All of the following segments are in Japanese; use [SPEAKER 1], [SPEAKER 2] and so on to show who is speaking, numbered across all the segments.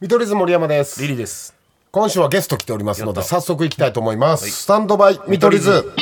[SPEAKER 1] 見取り図森山です
[SPEAKER 2] リリーです
[SPEAKER 1] 今週はゲスト来ておりますので
[SPEAKER 2] やった
[SPEAKER 1] 早速行きたいと思います、スタンドバイ見取り図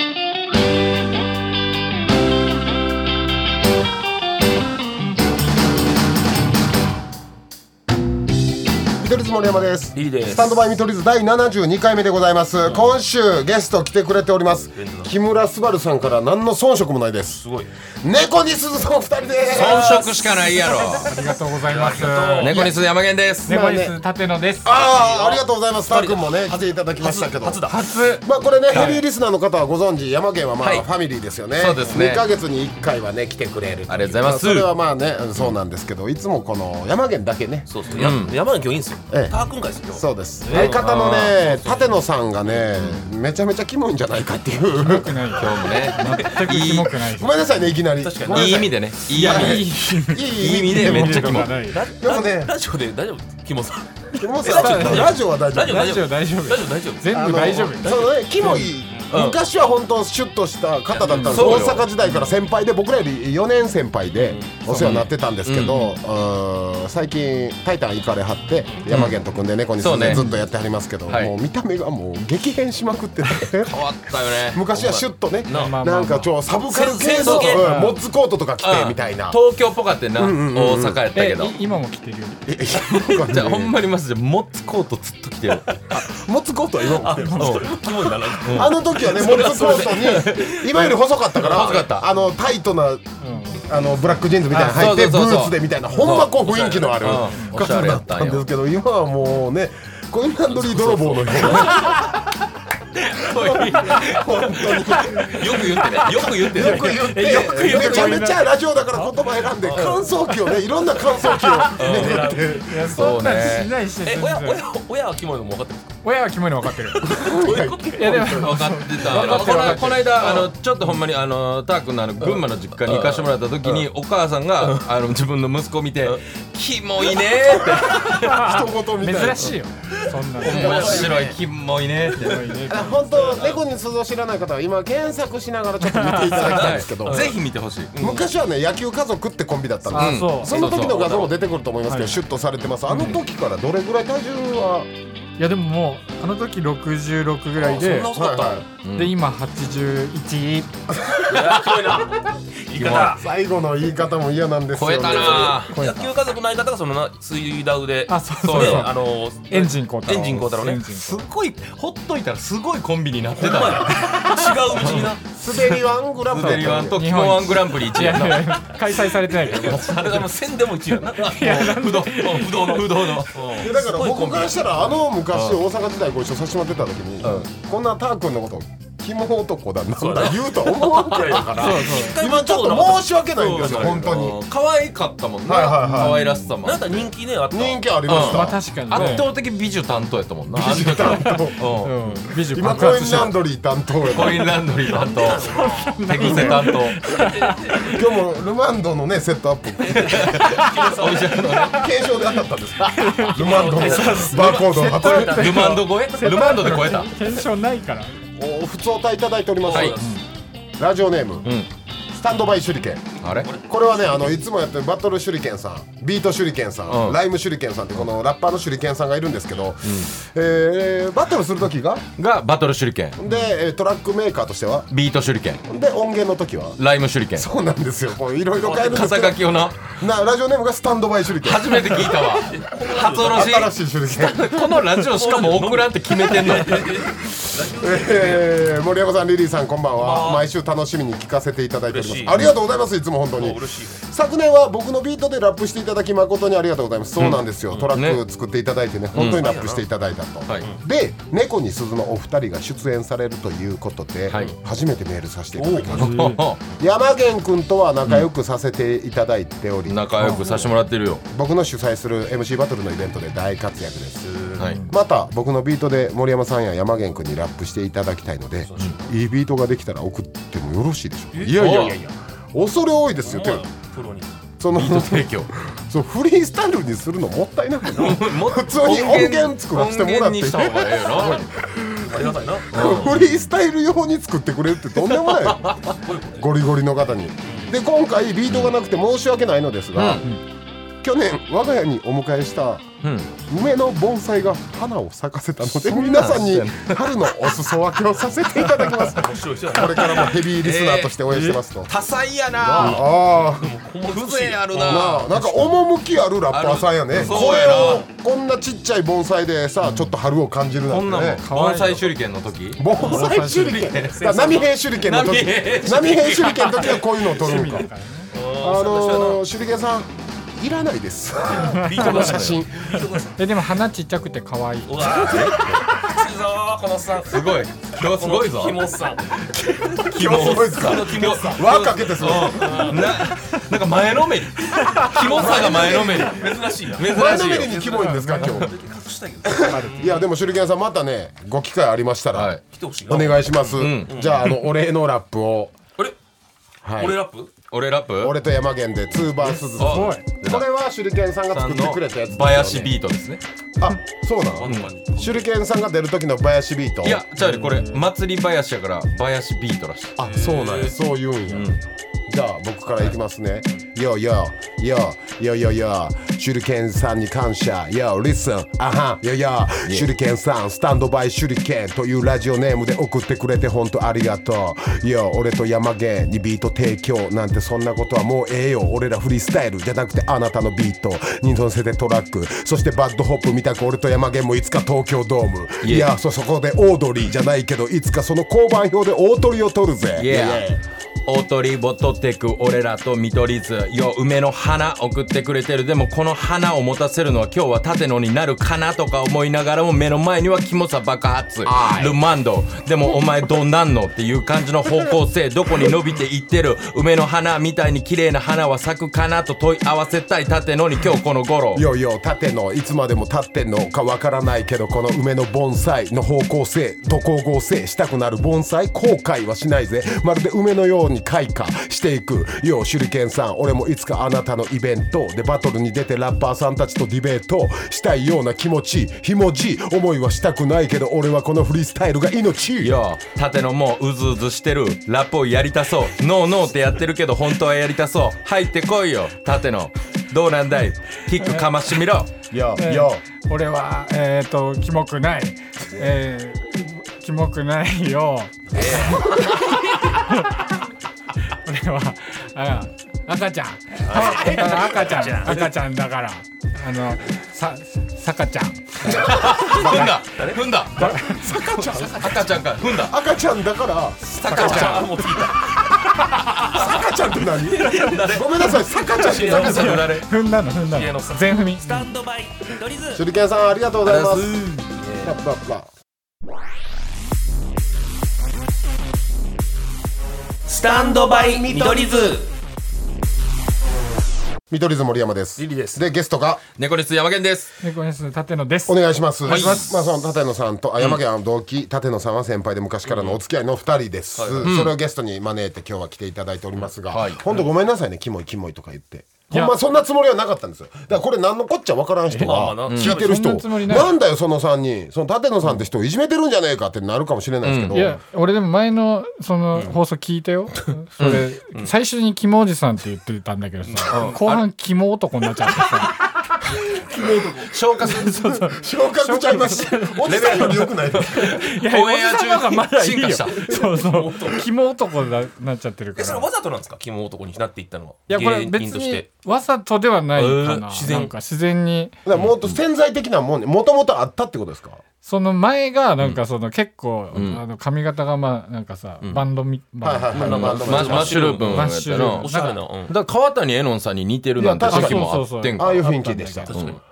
[SPEAKER 1] 見取り図森山です
[SPEAKER 2] リリーです
[SPEAKER 1] スタンドバイ見取り図第72回目でございます、今週ゲスト来てくれております木村昴さんから何の遜色もないです
[SPEAKER 2] すごい
[SPEAKER 1] 猫に鈴のお二人です
[SPEAKER 3] 遜色しかないやろ
[SPEAKER 4] ありがとうございます。
[SPEAKER 3] 猫にす山源です
[SPEAKER 4] 猫ニス立野です。
[SPEAKER 1] ああありがとうございますたーくんもね来ていただきましたけど
[SPEAKER 2] 初だ
[SPEAKER 4] 初
[SPEAKER 1] まあこれね、ヘビーリスナーの方はご存知山源はまあ、
[SPEAKER 3] はい
[SPEAKER 1] ファミリーですよね
[SPEAKER 3] そうですね
[SPEAKER 1] 2ヶ月に1回はね来てくれる
[SPEAKER 3] ありがとうございます
[SPEAKER 1] それはまあねうんそうなんですけどいつもこの山源だけね
[SPEAKER 2] そうそう、や山根今日いいんですよ、
[SPEAKER 1] ええ
[SPEAKER 2] ター君会ですよ今日
[SPEAKER 1] そうです相方のね舘野さんがねめちゃめちゃキモいんじゃないかっていうご
[SPEAKER 4] くない。今
[SPEAKER 3] ね
[SPEAKER 4] 日全くキモくな
[SPEAKER 1] め
[SPEAKER 4] い。
[SPEAKER 1] んなさいねいきなり
[SPEAKER 2] 確かに
[SPEAKER 1] ごめん
[SPEAKER 3] いい
[SPEAKER 1] なさ
[SPEAKER 3] 意味でねいい意味で
[SPEAKER 1] いい
[SPEAKER 3] いい意味でめっちゃキモい
[SPEAKER 4] ない。
[SPEAKER 1] でもね
[SPEAKER 2] ララジオで大丈夫キモさん
[SPEAKER 1] キモさ
[SPEAKER 2] えラジオ
[SPEAKER 1] ラジオは大丈夫
[SPEAKER 2] ラジオ
[SPEAKER 4] ラジオ大丈夫
[SPEAKER 2] 大。丈 夫大丈夫
[SPEAKER 4] 全部大丈夫。
[SPEAKER 1] そのねキモい、
[SPEAKER 2] うん
[SPEAKER 1] 昔は本当シュッとした方だったんです、
[SPEAKER 3] そうよ
[SPEAKER 1] 大阪時代から先輩で僕らより4年先輩でお世話になってたんですけど、うーん最近「タイタン」行かれはって山源と組んで猫に住んで
[SPEAKER 3] そ
[SPEAKER 1] ず
[SPEAKER 3] うね
[SPEAKER 1] っとやってはりますけど、
[SPEAKER 3] はい
[SPEAKER 1] もう見た目がもう激変しまくってて
[SPEAKER 3] 変わったよね
[SPEAKER 1] 昔はシュッとね
[SPEAKER 3] まあ
[SPEAKER 4] まあまあ
[SPEAKER 1] なんかちょサブカル系
[SPEAKER 3] 戦
[SPEAKER 1] の、
[SPEAKER 3] 争系
[SPEAKER 1] うんモッツコートとか着て
[SPEAKER 3] うん
[SPEAKER 1] みたい な。
[SPEAKER 3] 東京っぽかってんな大阪やったけ
[SPEAKER 4] え
[SPEAKER 3] ど、
[SPEAKER 4] い今も来てるよ。
[SPEAKER 3] じゃあほんまにマジでモッツコートずっと着て る
[SPEAKER 1] モッツコートは今も着てる
[SPEAKER 3] うん
[SPEAKER 2] キモい ななんか
[SPEAKER 1] あの時はねモッツコートに今より細かったから
[SPEAKER 3] 細かった
[SPEAKER 1] あのタイトな
[SPEAKER 4] うん
[SPEAKER 1] あのブラックジーンズみたいなの
[SPEAKER 3] あ
[SPEAKER 1] 入って
[SPEAKER 3] そうそうそうそう
[SPEAKER 1] ブーツでみたいなほんまこう
[SPEAKER 3] そう
[SPEAKER 1] 雰囲気のある
[SPEAKER 3] うんおしゃ
[SPEAKER 1] 方
[SPEAKER 3] れや
[SPEAKER 1] だ
[SPEAKER 3] っ
[SPEAKER 1] った
[SPEAKER 3] ん
[SPEAKER 1] た
[SPEAKER 3] よ
[SPEAKER 1] んですけど今はもうねコインランドリー泥棒のように 本当に
[SPEAKER 3] よく言ってねよく言ってね
[SPEAKER 1] よく言ってめちゃめちゃラジオだから言葉選んで乾燥機をねいろんな乾燥機をね
[SPEAKER 4] いや
[SPEAKER 3] そ
[SPEAKER 4] そんなん
[SPEAKER 3] うね
[SPEAKER 4] しないし。
[SPEAKER 2] え
[SPEAKER 4] 全
[SPEAKER 2] 親
[SPEAKER 4] 然
[SPEAKER 2] 親親はキモいのも分かってる
[SPEAKER 4] 親はキモいの分かってる。
[SPEAKER 3] いやでも分かってた
[SPEAKER 4] 分かってる分かってる
[SPEAKER 3] この間あのちょっとほんまにあのター君のあの群馬の実家に行かしてもらった時にお母さんがあの自分の息子を見て「キモいね」っ
[SPEAKER 1] 一言みたいな
[SPEAKER 4] 珍しいよ。そんなの。
[SPEAKER 3] て「面白いキモいね」って
[SPEAKER 1] あ本当猫に鈴を知らない方は今検索しながらちょっと見ていただきたいんですけど
[SPEAKER 3] ぜひ見てほしい
[SPEAKER 1] 昔はね野球家族ってコンビだったんです
[SPEAKER 4] あそ
[SPEAKER 1] その時の画像も出てくると思いますけど、シュッとされてます。あの時からどれぐらい体重は、
[SPEAKER 4] う。いやでももうあの時66ぐらい
[SPEAKER 2] あそ
[SPEAKER 4] で
[SPEAKER 2] んな遅かった、
[SPEAKER 1] はいはい
[SPEAKER 4] で今81。
[SPEAKER 2] 言い方
[SPEAKER 1] 最後の言い方も嫌なんですよ、
[SPEAKER 3] 超
[SPEAKER 1] ね。
[SPEAKER 3] えたなぁ
[SPEAKER 2] 野球家族の相方がそのな水ダウで
[SPEAKER 4] あそうそう
[SPEAKER 2] ね
[SPEAKER 4] そう
[SPEAKER 2] あの
[SPEAKER 4] エンジン光太郎
[SPEAKER 2] エンジン光太郎
[SPEAKER 4] エ
[SPEAKER 2] ね
[SPEAKER 4] ンジン
[SPEAKER 3] すごいほっといたらすごいコンビになって
[SPEAKER 2] ほんま
[SPEAKER 3] た
[SPEAKER 2] や
[SPEAKER 3] よ
[SPEAKER 2] 違う道にな
[SPEAKER 1] 滑りワングラ
[SPEAKER 3] ス
[SPEAKER 1] ム
[SPEAKER 3] デリワンとキモワングランプリ1
[SPEAKER 4] い
[SPEAKER 3] 位や
[SPEAKER 4] や
[SPEAKER 3] ん
[SPEAKER 4] い
[SPEAKER 3] な
[SPEAKER 4] やいや開催されてないから。
[SPEAKER 2] あれがもう線でも一位やな不動不動の不動の
[SPEAKER 1] でだから
[SPEAKER 2] すごいコン
[SPEAKER 1] 僕
[SPEAKER 2] ビ
[SPEAKER 1] からしたらあの昔大阪時代ご一緒させてもらってた時に、こんなター君のことキモ男だなんだ言うとは思わんくらいだから今ちょっと申し訳ないんですよ本当に
[SPEAKER 3] 可愛かったもんな
[SPEAKER 1] はいはいはい
[SPEAKER 3] 可愛らしさも
[SPEAKER 2] なんか人気ねあった
[SPEAKER 1] 人気ありまし
[SPEAKER 4] まあ
[SPEAKER 1] た、
[SPEAKER 4] 確かにね。
[SPEAKER 3] 圧倒的美女担当やったもんな
[SPEAKER 1] 美女担当
[SPEAKER 3] 当
[SPEAKER 4] うん。美女
[SPEAKER 1] 今
[SPEAKER 4] 爆
[SPEAKER 1] コイ
[SPEAKER 4] 発
[SPEAKER 1] ン
[SPEAKER 4] した
[SPEAKER 1] ラ。ンドリー担当や
[SPEAKER 3] コインランドリー担当、手癖担当、
[SPEAKER 1] 今日もルマンドのねセットアップ
[SPEAKER 3] お医者のね、
[SPEAKER 1] 検証で当たったん ですかルマンドのバーコードを当たる
[SPEAKER 3] ルマンド超え、ルマンドで超えた。
[SPEAKER 4] 検証ないから。
[SPEAKER 1] お普通お歌いただいております、
[SPEAKER 3] はい
[SPEAKER 1] ラジオネーム、
[SPEAKER 3] ん
[SPEAKER 1] スタンドバイ手裏剣
[SPEAKER 3] あれ、
[SPEAKER 1] これはねあのいつもやってるバトル手裏剣さんビート手裏剣さん、
[SPEAKER 3] うん
[SPEAKER 1] ライム手裏剣さんってこのラッパーの手裏剣さんがいるんですけど、えーバトルする時が
[SPEAKER 3] がバトル手裏剣、
[SPEAKER 1] でえートラックメーカーとしては
[SPEAKER 3] ビート手裏剣、
[SPEAKER 1] で音源の時は
[SPEAKER 3] ライム手裏剣。
[SPEAKER 1] そうなんですよこういろいろ変えるんです
[SPEAKER 3] 肩
[SPEAKER 1] けど
[SPEAKER 3] 書きをな、
[SPEAKER 1] なラジオネームがスタンドバイ手裏剣
[SPEAKER 3] 初めて聞いたわ。初おろし。
[SPEAKER 1] 新しい手裏剣
[SPEAKER 3] このラジオしかも送らんって決めてんの。
[SPEAKER 1] えー森山さんリリーさんこんばんは毎週楽しみに聞かせていただいておりま
[SPEAKER 2] 嬉しい
[SPEAKER 1] すありがとうございますいつも本当に
[SPEAKER 2] 嬉しいよ
[SPEAKER 1] 昨年は僕のビートでラップしていただき誠にありがとうございますそうなんですよ、トラック作っていただいてね本当にラップしていただいたと、
[SPEAKER 3] はい
[SPEAKER 1] で猫に鈴のお二人が出演されるということで、
[SPEAKER 3] はい
[SPEAKER 1] 初めてメールさせていただきまし
[SPEAKER 3] お
[SPEAKER 1] た山源君とは仲良くさせていただいており、
[SPEAKER 3] 仲良くさせてもらってるよ。
[SPEAKER 1] 僕の主催する MC バトルのイベントで大活躍です
[SPEAKER 3] はい。
[SPEAKER 1] また僕のビートで森山さんや山源君にラップしていただきたいのでいいビートができたら送ってもよろしいでしょうかいやいやいやいや恐れ多いですよてか
[SPEAKER 2] プロに
[SPEAKER 1] その
[SPEAKER 3] ビート提供。
[SPEAKER 1] そうフリースタイルにするのもったいないな
[SPEAKER 3] も
[SPEAKER 1] 普通に音源作らせてもらって
[SPEAKER 3] 音源にした方がええよな。
[SPEAKER 2] ありがたいな
[SPEAKER 1] フリースタイル用に作ってくれるってとんでもないゴリゴリの方にで今回ビートがなくて申し訳ないのですが、去年我が家にお迎えした
[SPEAKER 3] うん
[SPEAKER 1] 梅の盆栽が花を咲かせたので
[SPEAKER 3] んな
[SPEAKER 1] 皆
[SPEAKER 3] ん
[SPEAKER 1] さんに春のお裾分けをさせていただきますこ
[SPEAKER 2] 面白い人やな
[SPEAKER 1] れからもヘビーリスナーとして応援してますと、
[SPEAKER 3] 多彩やな
[SPEAKER 1] あ
[SPEAKER 3] 風情ある
[SPEAKER 1] あな
[SPEAKER 3] な
[SPEAKER 1] あなんか趣あるラッパーさんや
[SPEAKER 3] あ
[SPEAKER 1] ね
[SPEAKER 3] るそう
[SPEAKER 1] 声
[SPEAKER 3] やな
[SPEAKER 1] をこんなちっちゃい盆栽でさ、ちょっと春を感じるなん
[SPEAKER 3] こ
[SPEAKER 1] て
[SPEAKER 3] んなんも
[SPEAKER 1] ね
[SPEAKER 3] 盆栽手裏剣の時
[SPEAKER 1] 盆栽 手裏剣だから波平手裏剣の時
[SPEAKER 3] 波平
[SPEAKER 1] 波平手裏剣の時はこういうのを取るん か
[SPEAKER 4] 味だからね
[SPEAKER 1] あのー、手裏剣さんいらない です
[SPEAKER 2] ビートの
[SPEAKER 1] 写真
[SPEAKER 4] えでも花ちっちゃくて可愛いう
[SPEAKER 2] わーきついぞーこのおっさん
[SPEAKER 3] すごい今日すごいぞ
[SPEAKER 2] キモおっさん
[SPEAKER 3] キモ
[SPEAKER 1] ごいっすか
[SPEAKER 2] このキモおっさん
[SPEAKER 1] 輪かけてそう
[SPEAKER 3] ななんか前のめりキモさが前のめり
[SPEAKER 2] 珍しいな
[SPEAKER 3] 珍しいよ
[SPEAKER 1] 前のめりにキモいんですか今
[SPEAKER 2] 隠したいけど
[SPEAKER 1] 日いやでも手裏剣さんまたねご機会ありましたら、
[SPEAKER 3] はい
[SPEAKER 2] 来てほしいな
[SPEAKER 1] お願いします、
[SPEAKER 3] ん
[SPEAKER 1] じゃああのお礼のラップを、
[SPEAKER 2] あれ
[SPEAKER 1] はい、
[SPEAKER 2] 俺ラップ
[SPEAKER 3] 俺ラップ
[SPEAKER 1] 俺と山源でツーバースズ
[SPEAKER 4] すごい
[SPEAKER 1] これは手裏剣さんが
[SPEAKER 3] さ
[SPEAKER 1] 作っ
[SPEAKER 3] ん
[SPEAKER 1] て
[SPEAKER 3] の
[SPEAKER 1] くれたやつですよね
[SPEAKER 3] 林ビートですね
[SPEAKER 1] あそうな
[SPEAKER 2] ワ
[SPEAKER 1] の
[SPEAKER 2] ンワンに
[SPEAKER 1] 手裏剣さんが出る時の林ビート
[SPEAKER 3] いやじゃあこれ祭り林やから林ビートらしい
[SPEAKER 1] あそうなんやそう言うんや、じゃあ僕からいきますね、よよよよよよ手裏剣さんに感謝よリスンあはんよよ手裏剣さんスタンドバイ手裏剣というラジオネームで送ってくれて本当ありがとうよ俺と山源にビート提供なんてそんなことはもうええよ俺らフリースタイルじゃなくてあなたのビートに乗せてトラックそしてバッドホップみたく俺と山源もいつか東京ドーム
[SPEAKER 3] イエイ
[SPEAKER 1] いやそそこでオードリーじゃないけどいつかその交番表で大鳥を取るぜ
[SPEAKER 3] Yeah 大鳥ボトテク俺らと見取り図よ梅の花送ってくれてるでもこの花を持たせるのは今日は縦野になるかなとか思いながらも目の前にはキモさ爆発
[SPEAKER 1] あい
[SPEAKER 3] ルマンドでもお前どうなんのっていう感じの方向性どこに伸びていってる梅の花みたいに綺麗な花は咲くかなと問い合わせたい縦野に今日この頃
[SPEAKER 1] よいよ縦のいつまでも立ってんのかわからないけどこの梅の盆栽の方向性と光合成したくなる盆栽後悔はしないぜまるで梅のように開花していくよう手裏剣さん俺もいつかあなたのイベントでバトルに出てラッパーさんたちとディベートしたいような気持ちひもじい思いはしたくないけど俺はこのフリースタイルが命
[SPEAKER 3] よう縦のもううずうずしてるラップをやりたそうノーノーってやってるけど本当はやりたそう入ってこいよ縦のどうなんだいキックかましてみろ
[SPEAKER 1] よ
[SPEAKER 4] えー
[SPEAKER 1] よ
[SPEAKER 4] 俺はえっ、とキモくない、えー、キモくないよ、 俺はあ赤ちゃんあ赤ちゃん赤ちゃんだからあのささかちゃん
[SPEAKER 3] 踏んだ踏んだ赤ちゃんか踏んだ
[SPEAKER 1] 赤ちゃんだから
[SPEAKER 3] 赤ちゃん
[SPEAKER 2] もう次
[SPEAKER 1] 赤ちゃんって何ごめんな さい坂ちゃんって何
[SPEAKER 3] 赤ちゃんの誰
[SPEAKER 4] 踏んだの踏んだ
[SPEAKER 2] 家の
[SPEAKER 4] の
[SPEAKER 2] さ
[SPEAKER 4] 全踏み
[SPEAKER 5] スタンドバイドリズ
[SPEAKER 1] 手裏剣さんありがとうございますラップラップラップ
[SPEAKER 5] スタンドバイ見取り図
[SPEAKER 1] 見取り図森山です。
[SPEAKER 2] リリです
[SPEAKER 1] でゲストが
[SPEAKER 3] 猫です山源です
[SPEAKER 4] 猫です立野です
[SPEAKER 1] お願いします。
[SPEAKER 3] い
[SPEAKER 1] まあその立野さんとあ山県同期、立野さんは先輩で昔からのお付き合いの二人です。それをゲストに招いて今日は来ていただいておりますが、
[SPEAKER 3] はい
[SPEAKER 1] 本当ごめんなさいねキモいキモいとか言って。ほ
[SPEAKER 4] や
[SPEAKER 1] んまそんなつもりはなかったんですよ。だからこれ何のこっちゃわからん人
[SPEAKER 2] ま
[SPEAKER 1] が
[SPEAKER 2] あまあな
[SPEAKER 1] 聞いてる人
[SPEAKER 4] うんそん
[SPEAKER 1] を
[SPEAKER 4] なつもりない
[SPEAKER 1] なんだよその3人その立野さんって人をいじめてるんじゃねえかってなるかもしれないですけど、
[SPEAKER 4] いや俺でも前のその放送聞いたよ、それ、最初に「キモおじさん」って言ってたんだけどさ、後半「キモ男」になっちゃってさ
[SPEAKER 3] 消化する
[SPEAKER 1] 昇格ちゃいます。おじさんより良くないですか。
[SPEAKER 4] いや
[SPEAKER 3] オンエア中
[SPEAKER 4] おじさんの方がまだいい
[SPEAKER 3] 進化
[SPEAKER 4] よ
[SPEAKER 3] した
[SPEAKER 4] そうそうキモ男になっちゃってるか
[SPEAKER 2] えそ
[SPEAKER 4] ら
[SPEAKER 2] れわざとなんですかキモ男になっていったのはい
[SPEAKER 4] やこれ
[SPEAKER 2] 芸
[SPEAKER 4] 別
[SPEAKER 2] 人とし
[SPEAKER 4] に
[SPEAKER 2] て
[SPEAKER 4] わざとではないかな,、
[SPEAKER 2] えー自然
[SPEAKER 4] なんか自然に
[SPEAKER 1] だからもっと潜在的なもんもともとあったってことですか。
[SPEAKER 4] その前がなんかその結構、あの髪型がまあなんかさ、バンドみ、バンド
[SPEAKER 1] はいはい
[SPEAKER 2] ま
[SPEAKER 1] は
[SPEAKER 2] あ
[SPEAKER 1] い。
[SPEAKER 3] ママッシュループンや
[SPEAKER 4] マ
[SPEAKER 3] っ
[SPEAKER 4] ッ
[SPEAKER 3] た
[SPEAKER 4] シ
[SPEAKER 3] な
[SPEAKER 4] ュループ
[SPEAKER 2] おしゃれなうん
[SPEAKER 3] だから川谷絵音さんに似てるなんて
[SPEAKER 1] いや確か
[SPEAKER 3] 時
[SPEAKER 1] に
[SPEAKER 3] もあってん
[SPEAKER 1] あ
[SPEAKER 3] か
[SPEAKER 1] あいう雰囲気でした。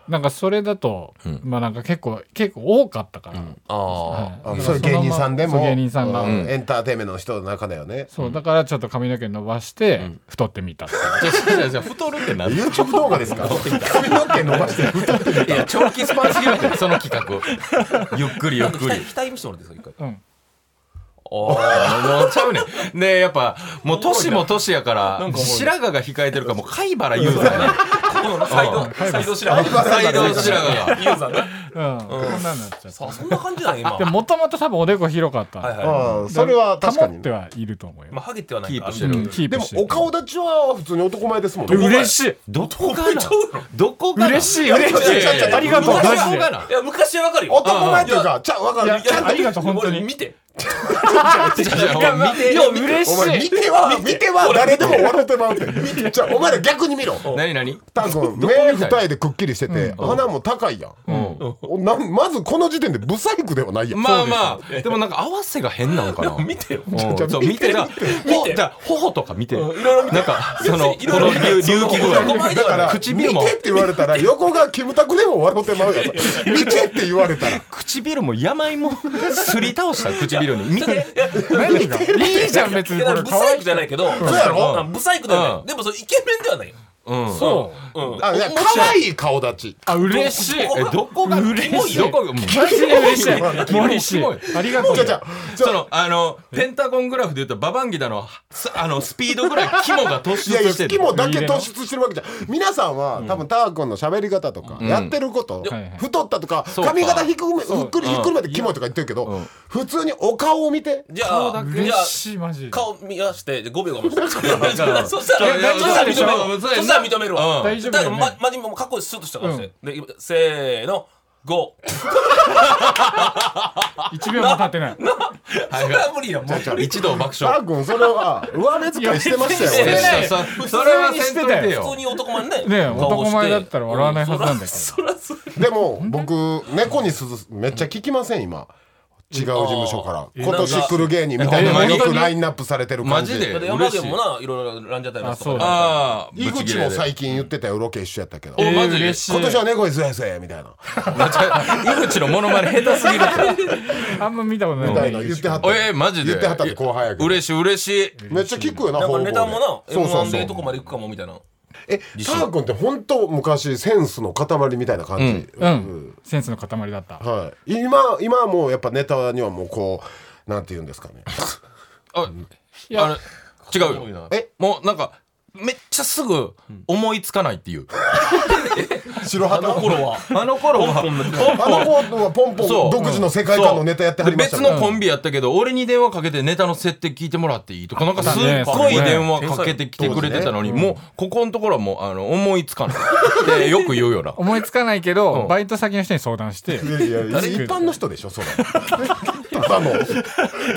[SPEAKER 4] なんかそれだと、まあなんか結構結構多かったから、
[SPEAKER 2] あ
[SPEAKER 1] あそういう芸人さんで
[SPEAKER 4] そ
[SPEAKER 1] も
[SPEAKER 4] う芸人さんが
[SPEAKER 1] うエンターテインメントの人の中だよね
[SPEAKER 4] そうだからちょっと髪の毛伸ばして太ってみたってい
[SPEAKER 3] じゃあ
[SPEAKER 4] う、
[SPEAKER 3] じゃあじゃあ太るってなる
[SPEAKER 1] YouTube 動画ですか髪の毛伸ばして太ってる
[SPEAKER 3] いや長期スパンすぎるってその企画ゆっくりゆっく
[SPEAKER 2] 額
[SPEAKER 3] り
[SPEAKER 2] 額見せてもらっていい ですか一回
[SPEAKER 4] うん
[SPEAKER 3] ああ、もうちゃうねん。ねえ、やっぱ、もう年も年やから、白髪が控えてるから、もう貝原雄三ね。
[SPEAKER 2] ここのサイドサイドシラ
[SPEAKER 1] あ
[SPEAKER 2] フ
[SPEAKER 3] サイド白髪が。
[SPEAKER 2] ユーザーね
[SPEAKER 4] うん、こんなんなっちゃっ
[SPEAKER 2] さあそんな感じだね今
[SPEAKER 4] たでもともと多分おでこ広かった、
[SPEAKER 2] はいはい
[SPEAKER 1] うんそれは確か
[SPEAKER 4] 保っ
[SPEAKER 1] に
[SPEAKER 4] てはいると思うよ、
[SPEAKER 2] まあハゲてはない
[SPEAKER 3] キープして
[SPEAKER 4] う
[SPEAKER 3] る
[SPEAKER 4] ん、キー
[SPEAKER 1] で
[SPEAKER 4] プ
[SPEAKER 1] も
[SPEAKER 4] して
[SPEAKER 1] お顔立ちは普通に男前ですもんね
[SPEAKER 4] 嬉しい
[SPEAKER 3] どこが
[SPEAKER 2] ちゃうの
[SPEAKER 3] どこが
[SPEAKER 4] 嬉しい嬉
[SPEAKER 1] いやいやい
[SPEAKER 4] しい
[SPEAKER 1] や
[SPEAKER 4] ありがとう
[SPEAKER 3] どこ
[SPEAKER 4] マジで
[SPEAKER 3] がない
[SPEAKER 2] や昔はわかるよ
[SPEAKER 1] 男前っていうかちゃわか
[SPEAKER 4] いや
[SPEAKER 1] るちゃん
[SPEAKER 4] ありがとう本当
[SPEAKER 2] 俺
[SPEAKER 4] に
[SPEAKER 2] 見て
[SPEAKER 4] いや嬉
[SPEAKER 1] お
[SPEAKER 4] し
[SPEAKER 1] 前見
[SPEAKER 4] い
[SPEAKER 1] ては見ては誰でも笑ってまうてじゃあお前ら逆に見ろ
[SPEAKER 3] 何何
[SPEAKER 1] 多分目二重でくっきりしてて鼻も高いやんおなんまずこの時点でブサイクではないやん
[SPEAKER 3] まあまあでもなんか合わせが変なのかな
[SPEAKER 2] 見てよ
[SPEAKER 3] うんそう見てがほじゃあ頬とか見て
[SPEAKER 2] いろいろ見て
[SPEAKER 3] なんかそのこ
[SPEAKER 2] いろいろ
[SPEAKER 3] の
[SPEAKER 2] 見て
[SPEAKER 3] 隆起具
[SPEAKER 2] その
[SPEAKER 3] 合
[SPEAKER 1] だから
[SPEAKER 3] 唇も
[SPEAKER 1] 見てって言われたら横がキムタクでも笑ってまうやん見てって言われたら
[SPEAKER 3] 唇も病もすり倒した唇に 見て
[SPEAKER 4] 何がいいじゃん別
[SPEAKER 2] い
[SPEAKER 4] に
[SPEAKER 2] やだから
[SPEAKER 4] これ
[SPEAKER 2] ブ
[SPEAKER 4] 可
[SPEAKER 2] サイ
[SPEAKER 4] 愛い
[SPEAKER 2] クじゃないけどそう
[SPEAKER 1] やろ
[SPEAKER 2] ブサイクではな
[SPEAKER 3] う
[SPEAKER 2] いでもそれイケメンではないよ
[SPEAKER 3] うん
[SPEAKER 4] そう
[SPEAKER 1] あいや可愛い顔立ち
[SPEAKER 4] あ嬉しい
[SPEAKER 2] どこ
[SPEAKER 3] えどこが
[SPEAKER 4] 嬉しい
[SPEAKER 3] キモいどこがもう
[SPEAKER 4] マジで 嬉しい
[SPEAKER 3] キモい
[SPEAKER 4] 嬉し
[SPEAKER 3] キ
[SPEAKER 4] い
[SPEAKER 3] モい
[SPEAKER 4] ありがとう
[SPEAKER 1] じゃあじゃあじゃ
[SPEAKER 3] そ
[SPEAKER 1] あ
[SPEAKER 3] のあのペンタゴングラフで言うとババンギダのすあのスピードぐらい肝が突出
[SPEAKER 1] いやいや、
[SPEAKER 3] し
[SPEAKER 1] 好
[SPEAKER 3] て
[SPEAKER 1] き
[SPEAKER 3] る
[SPEAKER 1] もだけ突出してるわけじゃん。皆さんは、多分、タワ君の喋り方とか、やってること
[SPEAKER 4] はいはい、
[SPEAKER 1] 太ったとか、
[SPEAKER 3] そうか
[SPEAKER 1] 髪型ひっくめひっくりひっくりめてキモいとか言ってるけど、普通にお顔を見て、
[SPEAKER 2] じゃあじゃ
[SPEAKER 4] 嬉
[SPEAKER 2] あ
[SPEAKER 4] しいマジで
[SPEAKER 2] 顔見合わせて5秒かもしれないそしたらそしたら
[SPEAKER 3] いや
[SPEAKER 2] そしたら認める
[SPEAKER 3] そうだよ
[SPEAKER 2] そしたら認めるわ
[SPEAKER 3] うん
[SPEAKER 4] 大丈夫
[SPEAKER 2] だ
[SPEAKER 4] だ
[SPEAKER 2] から
[SPEAKER 4] よ
[SPEAKER 2] ま
[SPEAKER 4] ね
[SPEAKER 2] まじもうかっこいいスーッとした顔してで今せーの5
[SPEAKER 4] 1秒も経ってない
[SPEAKER 2] それは無理よもう
[SPEAKER 3] 一同爆
[SPEAKER 1] タ
[SPEAKER 3] 笑
[SPEAKER 1] ワ君、それは、上目遣いしてましたよ
[SPEAKER 2] いや
[SPEAKER 1] 俺
[SPEAKER 2] 別に。
[SPEAKER 3] そそそれはせんといて
[SPEAKER 2] 普通
[SPEAKER 3] よ
[SPEAKER 2] に男前ね
[SPEAKER 4] ねえ
[SPEAKER 2] 顔して
[SPEAKER 4] 男前だったら笑わないはずなんだから
[SPEAKER 2] そらそらそ
[SPEAKER 1] でも、僕、猫に鈴、めっちゃ聞きません、今。違う事務所から
[SPEAKER 2] え
[SPEAKER 1] 今年来る芸人みたいなのがよくラインナップされてる感
[SPEAKER 3] マ
[SPEAKER 1] じ
[SPEAKER 3] ジ
[SPEAKER 2] らで
[SPEAKER 3] で
[SPEAKER 2] 山毛もないろいろランジャタイのやつと
[SPEAKER 4] あそうだ
[SPEAKER 2] か
[SPEAKER 3] ああ
[SPEAKER 1] 井口も最近言ってたよロケ一緒やったけど今
[SPEAKER 3] おマジで
[SPEAKER 4] 嬉しい
[SPEAKER 1] 年は猫にすやすやみたいな
[SPEAKER 3] 井口のモノマネ下手すぎる
[SPEAKER 4] あんま見たことない
[SPEAKER 1] みたいな言ってはった
[SPEAKER 3] おいマジで
[SPEAKER 1] 言ってはったって後輩やけど
[SPEAKER 3] 嬉しい嬉しい
[SPEAKER 1] めっちゃ聞くよな
[SPEAKER 2] なん
[SPEAKER 1] 方
[SPEAKER 2] か
[SPEAKER 1] 々
[SPEAKER 2] ネタもな
[SPEAKER 1] そうそう
[SPEAKER 2] M1
[SPEAKER 1] そ
[SPEAKER 2] で
[SPEAKER 1] う
[SPEAKER 2] どこまで行くかもみたいな
[SPEAKER 1] えター君って本当昔センスの塊みたいな感じ、
[SPEAKER 4] うんセンスの塊だった
[SPEAKER 1] はい、今今はもうやっぱネタにはもうこうなんて言うんですかね
[SPEAKER 3] あ
[SPEAKER 4] い
[SPEAKER 3] あ
[SPEAKER 4] や
[SPEAKER 3] れ違うよ
[SPEAKER 1] え
[SPEAKER 3] もうなんかめっちゃすぐ思いつかないっていう
[SPEAKER 1] 白
[SPEAKER 2] あ
[SPEAKER 1] 旗
[SPEAKER 2] の
[SPEAKER 1] あ
[SPEAKER 2] 頃は
[SPEAKER 3] あの頃は
[SPEAKER 1] の子はポンポ
[SPEAKER 3] そ
[SPEAKER 1] ン
[SPEAKER 3] う
[SPEAKER 1] 独自の世界観のネタやっては
[SPEAKER 3] で
[SPEAKER 1] りました
[SPEAKER 3] 別
[SPEAKER 1] ね
[SPEAKER 3] のコンビやったけど、俺に電話かけてネタの設定聞いてもらっていいとかなんかすっ
[SPEAKER 4] ね
[SPEAKER 3] ごい
[SPEAKER 4] そうね
[SPEAKER 3] 電話かけてきてくれてたのに、もうここのところはもうあの思いつかないってよく言うよな
[SPEAKER 4] 思いつかないけど、
[SPEAKER 3] うん
[SPEAKER 4] バイト先の人に相談して
[SPEAKER 1] いやいや一般の人でしょそれただの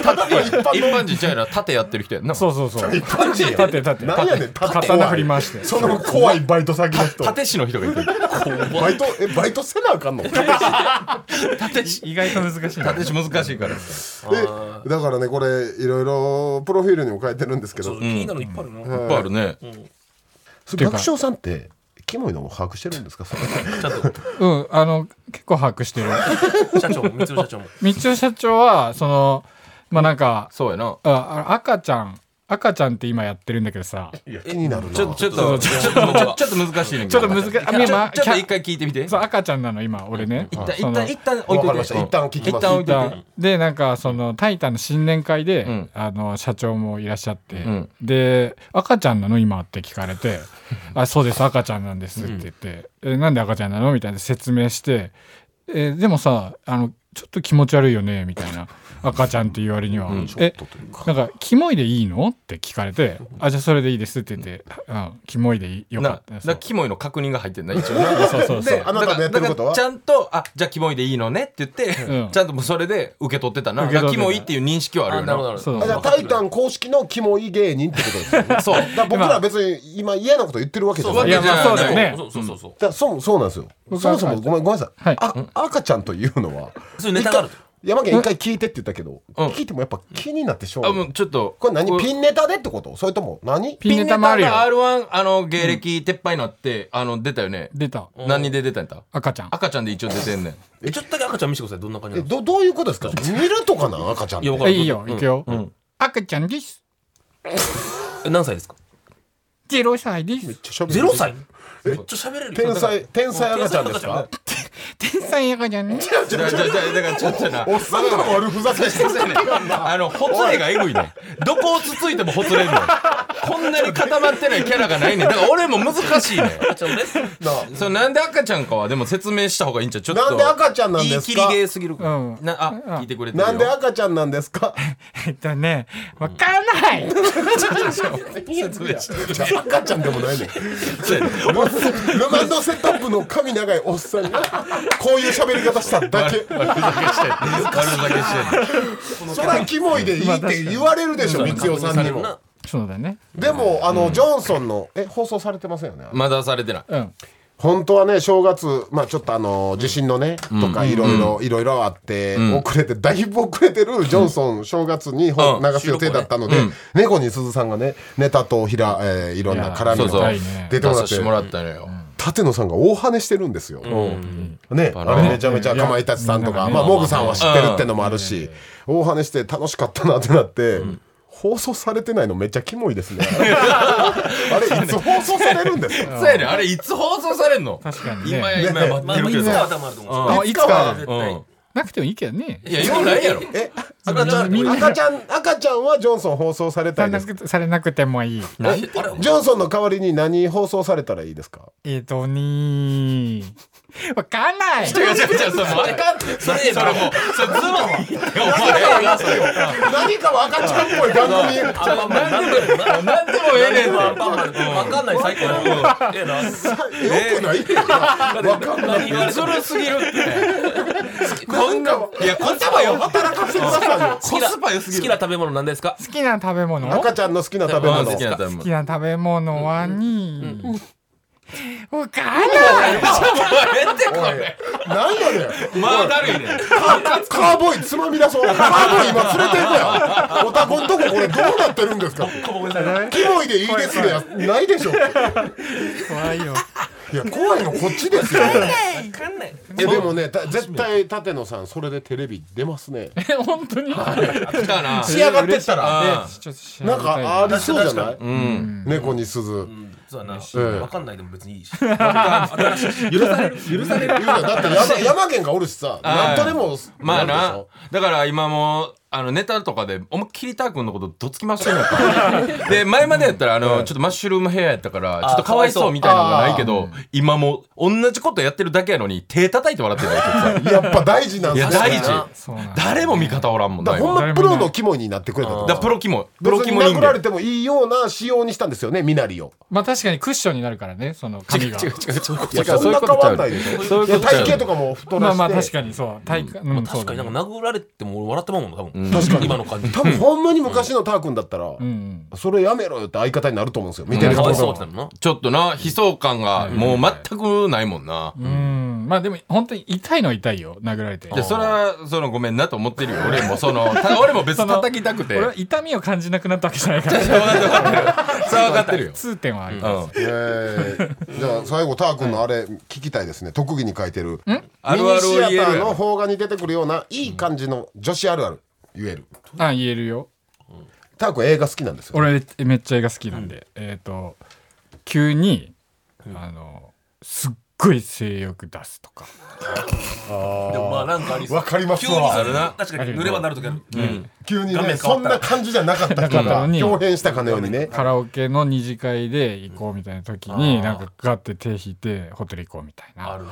[SPEAKER 1] ただの一
[SPEAKER 3] 一
[SPEAKER 1] 般の
[SPEAKER 3] 般人ちゃうやら縦やってる人やんな
[SPEAKER 4] そうそうそう
[SPEAKER 1] 一般人
[SPEAKER 4] 立て立て
[SPEAKER 1] なんやねん立て
[SPEAKER 4] 刀振り回して
[SPEAKER 1] その怖いバイト先の人
[SPEAKER 3] 縦師の人がいてる
[SPEAKER 1] バイトえバイトせなあかんの
[SPEAKER 3] 縦師
[SPEAKER 4] 意外と難しいな
[SPEAKER 3] 縦師難しいから
[SPEAKER 1] でだからねこれいろいろプロフィールにも書いてるんですけ
[SPEAKER 2] そ
[SPEAKER 1] ど
[SPEAKER 2] う気になるのいっぱいあるな
[SPEAKER 3] やっぱあるね、
[SPEAKER 1] そ
[SPEAKER 4] て
[SPEAKER 1] れ
[SPEAKER 4] いうか
[SPEAKER 1] 爆笑さんってキモいのも把握してるんですかそれ
[SPEAKER 4] うんあの結構把握してる
[SPEAKER 2] 社長も三つ社長も
[SPEAKER 4] 道夫社長はそのまあなんか
[SPEAKER 3] そうやな
[SPEAKER 4] ああ赤ちゃん赤ちゃんって今やってるんだけどさ
[SPEAKER 1] 気になるな
[SPEAKER 3] ちょちょっとちょっとちょっと難しいねんけ
[SPEAKER 4] ちょ
[SPEAKER 3] ど
[SPEAKER 4] っと難しいあ今
[SPEAKER 3] ちょっと一
[SPEAKER 4] キャ
[SPEAKER 3] 回聞いてみて
[SPEAKER 4] そう赤ちゃんなの今俺ね
[SPEAKER 3] 一旦
[SPEAKER 4] そ
[SPEAKER 3] 一
[SPEAKER 4] の
[SPEAKER 3] 旦一旦置い
[SPEAKER 1] わか
[SPEAKER 3] と
[SPEAKER 1] り
[SPEAKER 3] い
[SPEAKER 1] ました
[SPEAKER 3] て
[SPEAKER 1] 一旦聞きます
[SPEAKER 3] 一旦置いといて
[SPEAKER 4] でなんかその「タイタン」の新年会で、
[SPEAKER 3] ん
[SPEAKER 4] あの社長もいらっしゃって、
[SPEAKER 3] ん
[SPEAKER 4] で「赤ちゃんなの今」って聞かれ て「あそうです赤ちゃんなんです」って言って「えなんで赤ちゃんなの?」みたいな説明して「えでもさあのちょっと気持ち悪いよね」みたいな「赤ちゃんって言われには」えなんか「キモいでいいの?」って聞かれて「あじゃあそれでいいです」って言って「うん、キモいでいいよ
[SPEAKER 3] な
[SPEAKER 4] かっ
[SPEAKER 3] だ
[SPEAKER 4] た」
[SPEAKER 3] からキモいの確認が入ってんだ一応
[SPEAKER 4] そうそうそう
[SPEAKER 3] で
[SPEAKER 1] あなたのやってることは
[SPEAKER 3] だからだからちゃんと「あじゃあキモいでいいのね」って言って、
[SPEAKER 4] うん
[SPEAKER 3] ちゃんともうそれで受け取ってたな
[SPEAKER 4] 受け
[SPEAKER 3] だか
[SPEAKER 4] 取
[SPEAKER 3] ら
[SPEAKER 4] って
[SPEAKER 3] キ
[SPEAKER 4] た
[SPEAKER 3] モいっていう認識はある
[SPEAKER 2] あ
[SPEAKER 3] よ
[SPEAKER 2] なるほど
[SPEAKER 3] な
[SPEAKER 2] なる
[SPEAKER 4] そ
[SPEAKER 2] ほ
[SPEAKER 4] う
[SPEAKER 2] ど
[SPEAKER 1] あじゃあタイタン公式のキモい芸人ってことですよねだか
[SPEAKER 3] そう
[SPEAKER 1] ら僕ら別に今嫌なこと言ってるわけじゃない
[SPEAKER 3] い
[SPEAKER 1] だ
[SPEAKER 3] や
[SPEAKER 1] か
[SPEAKER 4] まあそうだよね
[SPEAKER 2] そうそうそうそう
[SPEAKER 1] らそうそうなんですよそもそもごめんごめんなさい、
[SPEAKER 4] はい
[SPEAKER 1] あ赤ちゃんというのは
[SPEAKER 2] そういうネタがある
[SPEAKER 1] 山県一回聞いてって言ったけど、
[SPEAKER 3] うん
[SPEAKER 1] 聞いてもやっぱ気になってしょう
[SPEAKER 3] あ
[SPEAKER 1] が
[SPEAKER 3] も
[SPEAKER 1] ないう
[SPEAKER 3] ちょっと
[SPEAKER 1] これ何
[SPEAKER 3] ン
[SPEAKER 1] ピンネタでってことそれとも何
[SPEAKER 4] ピンネタもあるよ
[SPEAKER 3] ピンネタが R1 あの芸歴撤廃になって、あの出たよね
[SPEAKER 4] 出た
[SPEAKER 3] 何で出たんやった
[SPEAKER 4] 赤 ちゃん
[SPEAKER 3] 赤ちゃんで一応出てんねん
[SPEAKER 2] えちょっとだけ赤ちゃん見せてくださいどんな感
[SPEAKER 1] え
[SPEAKER 2] じなの
[SPEAKER 1] どどういうことですか見るとかな赤ちゃんっ
[SPEAKER 2] いやわ
[SPEAKER 1] て
[SPEAKER 2] か
[SPEAKER 4] え
[SPEAKER 2] る
[SPEAKER 4] いいよ
[SPEAKER 2] うん
[SPEAKER 4] 行くよ、
[SPEAKER 3] ん
[SPEAKER 4] 赤ちゃんです
[SPEAKER 2] え何歳ですか
[SPEAKER 4] 0歳です
[SPEAKER 2] ゼ
[SPEAKER 1] ゼ
[SPEAKER 2] ロ歳めっちゃ喋れる
[SPEAKER 1] 天才天才赤ちゃんですか
[SPEAKER 4] 天才赤ちゃん ね
[SPEAKER 3] じゃあじゃあじゃあだからちょっとな
[SPEAKER 1] おっさんとの悪ふざけしてる
[SPEAKER 3] あのほつれがえぐいねどこをつついてもほつれんのよこんなに固まってないキャラがないねんだから俺も難しいねん
[SPEAKER 2] ちょっとです
[SPEAKER 1] なあ
[SPEAKER 3] それなんで赤ちゃんかはでも説明した方がいいんちゃうちょっと
[SPEAKER 1] なんで赤ちゃんなんですか
[SPEAKER 3] 言い切りですぎるから、
[SPEAKER 4] うん
[SPEAKER 3] なあ聞いてくれてるよ
[SPEAKER 1] なんで赤ちゃんなんですか
[SPEAKER 4] えっとね、わかんない。
[SPEAKER 3] 説明して
[SPEAKER 1] じゃあ赤ちゃんでもないねん ルルマンドセットアップの髪長いおっさんがこういう喋り方しただけ
[SPEAKER 3] 悪ふざけしてんの
[SPEAKER 1] そらキモいでいいって言われるでしょ光代さんにも
[SPEAKER 4] そうだね。
[SPEAKER 1] でもあのジョンソンのえ放送されてませんよね
[SPEAKER 3] まだされてない
[SPEAKER 4] うん。
[SPEAKER 1] 本当はね正月まあちょっとあの地震のねとかいろいろいろいろあって遅れてだいぶ遅れてるジョンソン正月にほ
[SPEAKER 3] うん
[SPEAKER 1] 流す予定だったので猫に鈴さんがねネタとひらえーいろんな絡み
[SPEAKER 3] そうそう
[SPEAKER 1] の出て
[SPEAKER 3] 出
[SPEAKER 1] もら
[SPEAKER 3] さ
[SPEAKER 1] っ
[SPEAKER 3] せ
[SPEAKER 1] て
[SPEAKER 3] てもらったのよ、
[SPEAKER 1] 舘野さんが大跳ねしてるんですよ。ね、あれめちゃめちゃかまいたちさんとか、まあ、モグさんは知ってるってのもあるし、大跳ねして楽しかったなってなって、放送されてないのめっちゃキモいです ね。あれ、いつ放送されるんですか
[SPEAKER 3] そうやねんあれいつ放送されんの
[SPEAKER 4] 確かにね
[SPEAKER 3] 今や今や
[SPEAKER 2] まあ
[SPEAKER 3] 待って
[SPEAKER 2] い
[SPEAKER 3] る
[SPEAKER 2] つ
[SPEAKER 3] け
[SPEAKER 2] か
[SPEAKER 3] ど、
[SPEAKER 2] は頭あると思うんです
[SPEAKER 4] あいつか
[SPEAKER 2] 絶
[SPEAKER 3] う
[SPEAKER 2] 対
[SPEAKER 3] ん
[SPEAKER 4] なくてもいいけどね。
[SPEAKER 3] いや今ないやろ
[SPEAKER 1] え
[SPEAKER 2] 赤ちゃん
[SPEAKER 4] みんな
[SPEAKER 1] 赤ちゃん、赤ちゃんはジョンソン放送されたいですか
[SPEAKER 4] されなくてもいい。
[SPEAKER 1] えジョンソンの代わりに何放送されたらいいですか
[SPEAKER 4] えっとにわかん ない。
[SPEAKER 3] 違う違う違うそれもうあかんって
[SPEAKER 2] それそれも
[SPEAKER 3] それズボン
[SPEAKER 1] 何かは赤ちゃんっぽい番組。
[SPEAKER 2] アンパンマンなんでも
[SPEAKER 3] お前何でもええねん
[SPEAKER 2] アン
[SPEAKER 3] て
[SPEAKER 2] パンマンわかんない最高のええな
[SPEAKER 1] よくないわかんない。
[SPEAKER 2] 言われ
[SPEAKER 3] ずるすぎるってこん
[SPEAKER 1] んな
[SPEAKER 3] ないや言葉よ
[SPEAKER 1] 働かせてくださいよ。
[SPEAKER 2] 好きな好きな食べ物なんですか
[SPEAKER 4] 好きな食べ物好
[SPEAKER 1] 赤ちゃんの好きな食べ物。
[SPEAKER 3] 好きな食べ
[SPEAKER 4] き
[SPEAKER 3] 物
[SPEAKER 4] な食べ物はにわかんない。
[SPEAKER 1] 何やねん。
[SPEAKER 3] まあだるいねん
[SPEAKER 1] カーボーイつまみ出そう。カーボーイ今連れていくやん。おたこんとここれどうなってるんですか。キモいでいいですねや。ないでしょ。い
[SPEAKER 4] 怖いよ。
[SPEAKER 1] や怖いのこっちですよ。
[SPEAKER 2] わかんない
[SPEAKER 1] えでもねた絶対立野さんそれでテレビ出ますね。
[SPEAKER 4] え、 本当に
[SPEAKER 3] 来たな
[SPEAKER 1] 仕上がってったら。
[SPEAKER 3] う
[SPEAKER 1] ね
[SPEAKER 4] ちょっと調べ
[SPEAKER 1] なん
[SPEAKER 4] たい
[SPEAKER 1] かありそうじゃない。
[SPEAKER 3] ん
[SPEAKER 1] 猫に鈴。
[SPEAKER 2] そうだ
[SPEAKER 1] え
[SPEAKER 2] なわかんないでも別にいいし許される許される
[SPEAKER 1] 言うなだって山山源がおるしさ。なんとでも
[SPEAKER 3] まあ
[SPEAKER 1] るでし
[SPEAKER 3] な
[SPEAKER 1] ょ。
[SPEAKER 3] だから今もうあのネタとかで思いっきりター君のことどつきましたよで前までやったらあのちょっとマッシュルームヘアやったからちょっとかわいそうみたいなのがないけど今もう同じことやってるだけやのに手叩いて笑ってるよお客さん
[SPEAKER 1] やっぱ大事なん
[SPEAKER 3] い
[SPEAKER 1] で
[SPEAKER 3] や
[SPEAKER 1] すね。だ
[SPEAKER 3] 大
[SPEAKER 1] か
[SPEAKER 3] 事
[SPEAKER 4] そうなんだ。
[SPEAKER 3] 誰も味方おらんもん
[SPEAKER 1] ら
[SPEAKER 3] だ
[SPEAKER 1] ほんまプロのキモになってくれたと。
[SPEAKER 3] だプロキモプロ
[SPEAKER 1] 別に
[SPEAKER 3] キモ人
[SPEAKER 1] 殴られ
[SPEAKER 3] 間
[SPEAKER 1] てもいいような仕様にしたんですよね、みなりを。
[SPEAKER 4] まあ確かにクッションになるからね、その髪が。
[SPEAKER 1] いやそんな変わんないでしょ。
[SPEAKER 3] そういう
[SPEAKER 1] いや
[SPEAKER 3] ことちゃ
[SPEAKER 1] 体
[SPEAKER 3] う
[SPEAKER 1] 型とかも太
[SPEAKER 4] ま
[SPEAKER 1] ら
[SPEAKER 4] あ
[SPEAKER 1] して。
[SPEAKER 4] まあ確かにそう。体幹うん、そ
[SPEAKER 2] 確
[SPEAKER 4] う
[SPEAKER 2] か
[SPEAKER 4] だ
[SPEAKER 2] に
[SPEAKER 4] ね
[SPEAKER 2] なんか殴られても俺笑ってまうもん多分
[SPEAKER 1] 確かに
[SPEAKER 2] 今の感じ
[SPEAKER 1] 多分ほんまに昔のター君だったら、
[SPEAKER 4] うん。
[SPEAKER 1] それやめろよって相方になると思うんですよ見てる人
[SPEAKER 2] かわ
[SPEAKER 1] が
[SPEAKER 2] いそうってなるな
[SPEAKER 3] ちょっとな悲壮感がもう全くないもんな
[SPEAKER 4] うん、まあでも本当に痛いのは痛いよ殴られて
[SPEAKER 3] いやそれはそのごめんなと思ってるよ俺もそのた俺も 別に叩きたくて
[SPEAKER 4] 俺は痛みを感じなくなったわけじゃないから
[SPEAKER 3] 分かってるそれは分かってるよ
[SPEAKER 4] 痛点はある
[SPEAKER 3] うん
[SPEAKER 1] えーじゃあ最後ター君のあれ聞きたいですね特技に書いてるミニ
[SPEAKER 3] あるある
[SPEAKER 1] シ
[SPEAKER 3] を言
[SPEAKER 1] アタ
[SPEAKER 3] えるやろ
[SPEAKER 1] ーの邦画に出てくるようないい感じの女子あるある言える
[SPEAKER 4] あ言えるよ
[SPEAKER 1] ター君映画好きなんですよ
[SPEAKER 4] 俺めっちゃ映画好きなんで、えっ、と急に、あのすっごい性欲出すとか
[SPEAKER 2] でもまあなんかありそう
[SPEAKER 1] わかります
[SPEAKER 2] 急にさ
[SPEAKER 1] わ
[SPEAKER 3] るな
[SPEAKER 2] 確かに濡れ場になるときある
[SPEAKER 1] 急に
[SPEAKER 2] 画
[SPEAKER 1] ね
[SPEAKER 2] 面変
[SPEAKER 1] そ
[SPEAKER 2] わっ
[SPEAKER 1] ん
[SPEAKER 2] たら
[SPEAKER 1] な感じじゃなかった
[SPEAKER 4] なか
[SPEAKER 1] か
[SPEAKER 4] ったの
[SPEAKER 1] ら
[SPEAKER 4] に
[SPEAKER 1] 豹変したかのようにね
[SPEAKER 4] カラオケの二次会で行こうみたいな時になんかガッて手引いてホテル行こうみたいな
[SPEAKER 2] ある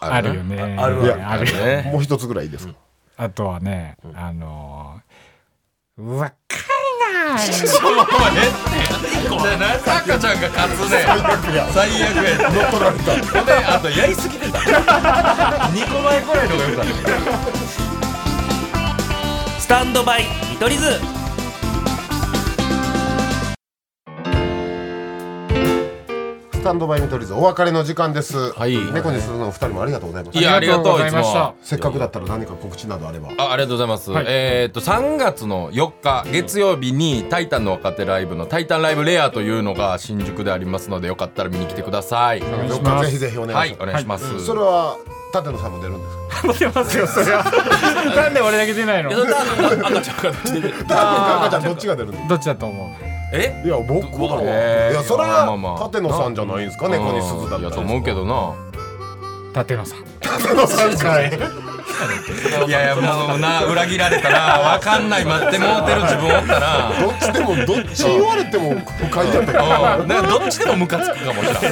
[SPEAKER 4] あるよね
[SPEAKER 2] ある
[SPEAKER 1] ある
[SPEAKER 4] ある
[SPEAKER 3] ね
[SPEAKER 1] もう一つぐらいいいですか
[SPEAKER 4] あとはね、あのー、うわかんない
[SPEAKER 3] 赤ちゃんが勝つね最悪や乗っ取られたであとやりすぎてた2個前くらいのがよかった
[SPEAKER 5] スタンドバイ見取り図
[SPEAKER 1] スタンドバイ見取り図お別れの時間です
[SPEAKER 3] い
[SPEAKER 1] 猫にするのお二人もありがとうございま
[SPEAKER 3] い
[SPEAKER 1] し
[SPEAKER 3] や
[SPEAKER 1] た
[SPEAKER 3] ありがとう
[SPEAKER 4] ありがとうございました
[SPEAKER 3] いつも
[SPEAKER 1] せっかくだったら何か告知などあれば
[SPEAKER 3] あありがとうございます、
[SPEAKER 4] はい
[SPEAKER 3] えーっと3月の4日月曜日に「タイタン」の若手ライブの「タイタンライブレア」というのが新宿でありますのでよかったら見に来てください
[SPEAKER 4] お願い
[SPEAKER 1] どっ
[SPEAKER 4] し
[SPEAKER 1] か
[SPEAKER 4] ます
[SPEAKER 1] ぜひぜひお願
[SPEAKER 3] はい
[SPEAKER 1] し
[SPEAKER 3] い
[SPEAKER 1] ます
[SPEAKER 3] お願いします、
[SPEAKER 1] それは舘野さんも出るんですか
[SPEAKER 4] 出ますよそれは なんで俺だけ出ないの
[SPEAKER 2] いや多分赤ちゃんが出てる
[SPEAKER 1] 舘野と赤ちゃんどっちが出るの
[SPEAKER 4] どっちだと思う
[SPEAKER 2] え
[SPEAKER 1] いや僕は、
[SPEAKER 3] えー
[SPEAKER 1] いやそれ
[SPEAKER 3] まあまあまあ
[SPEAKER 1] は舘野さんじゃないんですか
[SPEAKER 3] うん
[SPEAKER 1] 猫に鈴だった
[SPEAKER 3] い
[SPEAKER 1] ら
[SPEAKER 3] やと思うけどな
[SPEAKER 4] 舘野さん
[SPEAKER 1] 舘野さんかい
[SPEAKER 3] いやいやもうな裏切られたなわかんない待ってもうてる自分おったな
[SPEAKER 1] どっちでもどっち言われても不快やったか
[SPEAKER 3] うんなんかどっちでもムカつくかもしれない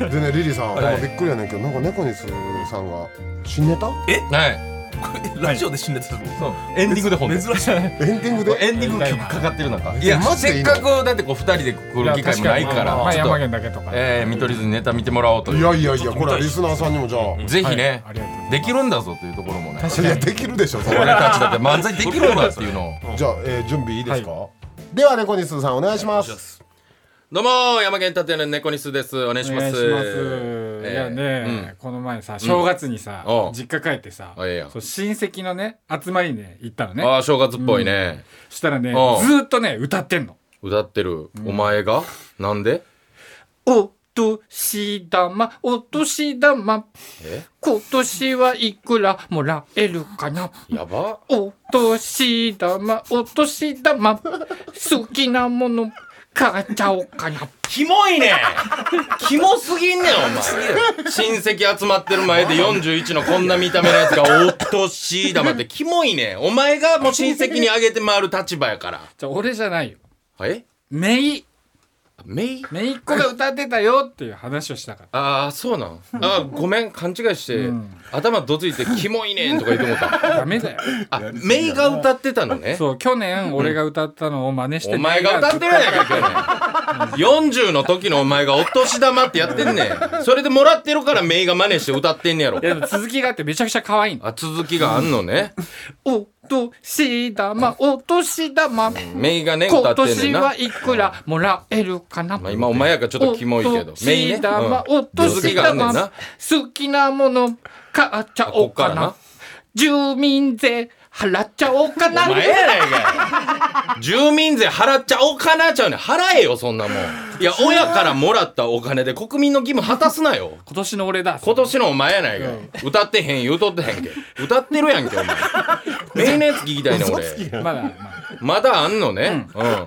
[SPEAKER 1] らでねリリーさん、
[SPEAKER 3] はい
[SPEAKER 1] びっくりやねんけどなんか猫にするさんが新ネタ
[SPEAKER 3] はい
[SPEAKER 2] これラジオで死んでたの
[SPEAKER 3] そうエンディングで本で
[SPEAKER 2] 珍しいね
[SPEAKER 1] エンディング
[SPEAKER 3] これ
[SPEAKER 1] で
[SPEAKER 3] エンディング曲かかってる中い
[SPEAKER 1] や
[SPEAKER 3] や
[SPEAKER 1] マジでい
[SPEAKER 3] せ
[SPEAKER 1] い
[SPEAKER 3] っ
[SPEAKER 1] の
[SPEAKER 3] かくだってこう二人で来る機会もないか
[SPEAKER 4] まあま
[SPEAKER 3] ら
[SPEAKER 4] あ
[SPEAKER 3] ちょっ
[SPEAKER 4] 山
[SPEAKER 3] と
[SPEAKER 4] 源だけとかね
[SPEAKER 3] えー見取り図にネタ見てもらおうと
[SPEAKER 1] い
[SPEAKER 3] いう
[SPEAKER 1] やいやいやこれはリスナーさんにもじゃあ、
[SPEAKER 3] ぜひね
[SPEAKER 4] はいありがとうございます
[SPEAKER 3] できるんだぞというところもね
[SPEAKER 1] いやできるでしょそれ
[SPEAKER 3] 俺たちだって漫才できるんだっていうのを
[SPEAKER 1] じゃあ、えー準備いいですか、では猫にするさんお願いします
[SPEAKER 3] どうも山源達也の猫ニスですお願いし
[SPEAKER 4] お
[SPEAKER 3] ま
[SPEAKER 4] 願い
[SPEAKER 3] す
[SPEAKER 4] します。いやね、この前さ正月にさ、
[SPEAKER 3] おう
[SPEAKER 4] 実家帰ってさ、
[SPEAKER 3] あいやいや
[SPEAKER 4] そう親戚のね集まりにね行ったの
[SPEAKER 3] う
[SPEAKER 4] ね
[SPEAKER 3] んああ正月っぽいね
[SPEAKER 4] そしたらねず
[SPEAKER 3] おう
[SPEAKER 4] ーっとね歌ってんの
[SPEAKER 3] 歌ってるお前がなんで
[SPEAKER 4] 「お年玉お年玉
[SPEAKER 3] え
[SPEAKER 4] 今年はいくらもらえるかな」
[SPEAKER 3] やば
[SPEAKER 4] お年玉お年玉好きなもの買っちゃおうかな
[SPEAKER 3] キモいね キモすぎんねんお前親戚集まってる前で41のこんな見た目のやつが「おっとしい玉」ってキモいねんお前がもう親戚にあげて回る立場やから
[SPEAKER 4] じゃあ俺じゃないよ
[SPEAKER 3] え
[SPEAKER 4] めい
[SPEAKER 3] メイ
[SPEAKER 4] めいっ子が歌ってたよっていう話をしたから
[SPEAKER 3] ああそうなんあーごめん勘違いして、頭どついて「キモい ねん」とか言ってもうた
[SPEAKER 4] ダメだよ
[SPEAKER 3] あメイが歌ってたのね
[SPEAKER 4] そう去年俺が歌ったのを真似して
[SPEAKER 3] お前が歌ってるやないか去年40の時のお前がお年玉ってやってんねんそれでもらってるからメイが真似して歌ってんねやろ
[SPEAKER 4] いやでも続きがあってめちゃくちゃ可愛いの。
[SPEAKER 3] あ続きがあんのね
[SPEAKER 4] お年玉お年玉
[SPEAKER 3] メイがね歌
[SPEAKER 4] 今
[SPEAKER 3] ってんね
[SPEAKER 4] 年
[SPEAKER 3] んな、ま
[SPEAKER 4] はいくらもらえるかな。
[SPEAKER 3] あ、今お前やからちょっとキモいけど
[SPEAKER 4] お
[SPEAKER 3] メイね、
[SPEAKER 4] 年玉
[SPEAKER 3] う
[SPEAKER 4] お
[SPEAKER 3] ん、続き
[SPEAKER 4] 年
[SPEAKER 3] があんねん
[SPEAKER 4] 玉
[SPEAKER 3] な
[SPEAKER 4] 好きなもの買っちゃおう
[SPEAKER 3] あこ
[SPEAKER 4] か
[SPEAKER 3] っからな
[SPEAKER 4] な。住民税払っちゃおうかな
[SPEAKER 3] お。前やないかい住民税払っちゃおうかなちゃうねん払えよそんなもんいや親からもらったお金で国民の義務果たすなよ
[SPEAKER 4] 今年の俺だ。
[SPEAKER 3] 今年のお前やないかい歌ってへん言うとってへんけ歌ってるやんけ お前メイのやつ聞きたいねん俺
[SPEAKER 4] まだ。まだ
[SPEAKER 3] まだあんのねうん、